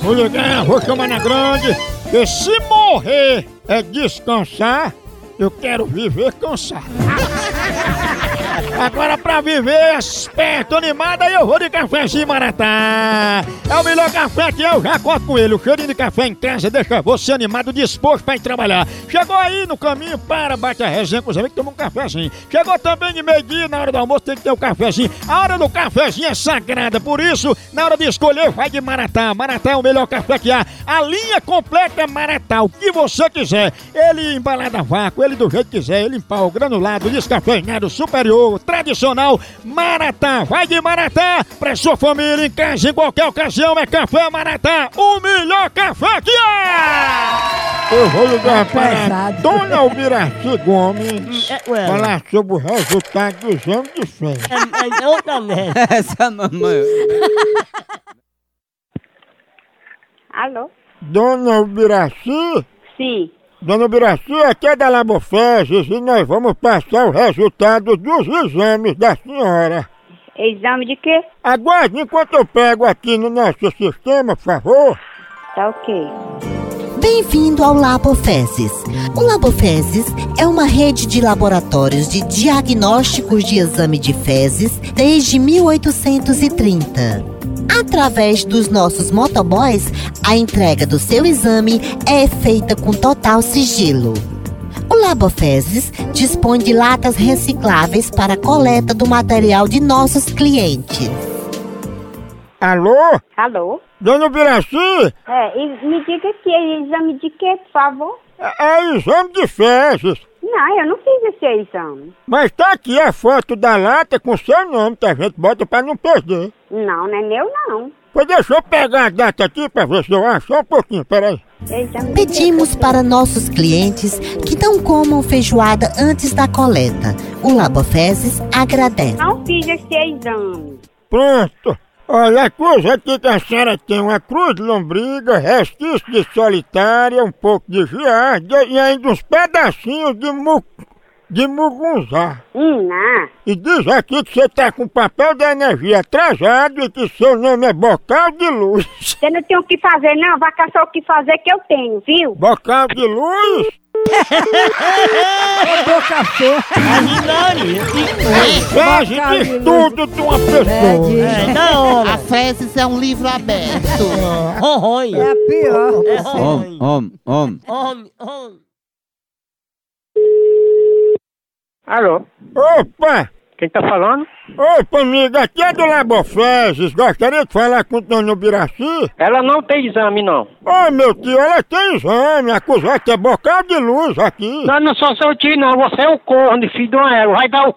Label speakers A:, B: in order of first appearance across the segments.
A: Vou ligar, vou chamar na grande, que se morrer é descansar, eu quero viver cansado. Agora pra viver esperto, animado, aí eu vou de cafezinho Maratá. É o melhor café que eu já conto com ele. O cheirinho de café em casa deixa você animado, disposto pra ir trabalhar. Chegou aí no caminho, para, bate a resenha com os amigos, toma um cafezinho. Chegou também de meio-dia, na hora do almoço tem que ter o cafezinho. A hora do cafezinho é sagrada, por isso, na hora de escolher, vai de Maratá. Maratá é o melhor café que há. A linha completa é Maratá, o que você quiser. Ele embalado a vácuo, ele do jeito que quiser, ele em pau, granulado, descafeinado, superior, tradicional, Maratá. Vai de Maratá pra sua família, em casa, em qualquer ocasião, é Café Maratá, o melhor café que há! Eu vou ligar para
B: Pesado.
A: Dona Almiraci Gomes
C: É, ué.
A: falar sobre o resultado dos anos de fé.
C: É, é outra merda.
D: Essa mamãe.
E: Alô?
A: Dona Albiraci,
E: Sim.
A: Dona Albiraci, aqui é da Labofeses e nós vamos passar o resultado dos exames da senhora.
E: Exame de quê?
A: Aguarde enquanto eu pego aqui no nosso sistema, por favor.
E: Tá ok.
B: Bem-vindo ao Labofeses. O Labofeses é uma rede de laboratórios de diagnósticos de exame de fezes desde 1830. Através dos nossos motoboys, a entrega do seu exame é feita com total sigilo. O Labofeses dispõe de latas recicláveis para a coleta do material de nossos clientes.
A: Alô?
E: Alô?
A: Dona Albiraci,
E: É, e me diga que é exame de quê, por favor?
A: é, é exame de fezes.
E: Não, eu não fiz esse exame.
A: Mas tá aqui a foto da lata com seu nome, que a gente bota pra não perder.
E: Não, não é meu, não.
A: Pois deixa eu pegar a data aqui pra ver se eu acho. Só um pouquinho, peraí.
E: Exame de quê?
B: Pedimos para nossos clientes que não comam feijoada antes da coleta. O Labofeses agradece.
E: Não fiz esse exame.
A: Pronto. Olha, a cruz aqui que a senhora tem uma cruz de lombriga, resquício de solitária, um pouco de giardia e ainda uns pedacinhos de mu... de mugunzá.
E: Hum, não.
A: E diz aqui que você tá com o papel da energia atrasado e que seu nome é Bocal de Luz.
E: Você não tem o que fazer, não. Vai caçar o que fazer que eu tenho, viu?
A: Bocal de Luz?
C: Ajudaria.
A: Faz de estudo de uma pessoa.
C: É, da hora.
F: Fezes é um livro aberto.
C: Horroi. É pior. É horroi.
D: Om, om, om.
C: Homem, homem.
G: Alô,
A: Opa!
G: quem tá falando?
A: Opa, amiga, aqui é do Labofeses. Gostaria de falar com o Dona Ubiraci?
G: Ela não tem exame, não.
A: Ô meu tio, ela tem exame, acusar que é bocal de luz aqui.
G: Não, não sou seu tio, não. Você é um corno, filho de uma égua. Vai dar o c...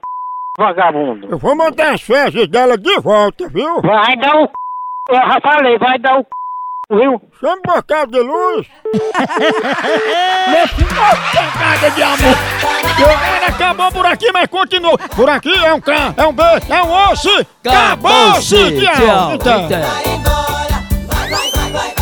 G: vagabundo.
A: Eu vou mandar as fezes dela de volta, viu?
G: Vai dar o c... Eu já falei, vai dar o c... Viu?
A: Chama o bocal de luz. Pegada de amor. Ela acabou por aqui, mas continuou. Por aqui é um K, é um B, é um osso. Acabou-se,
D: Acabou-se,
A: tchau.
D: tchau.
A: Então.
D: Então.
H: Vai embora, vai, vai, vai, vai, vai.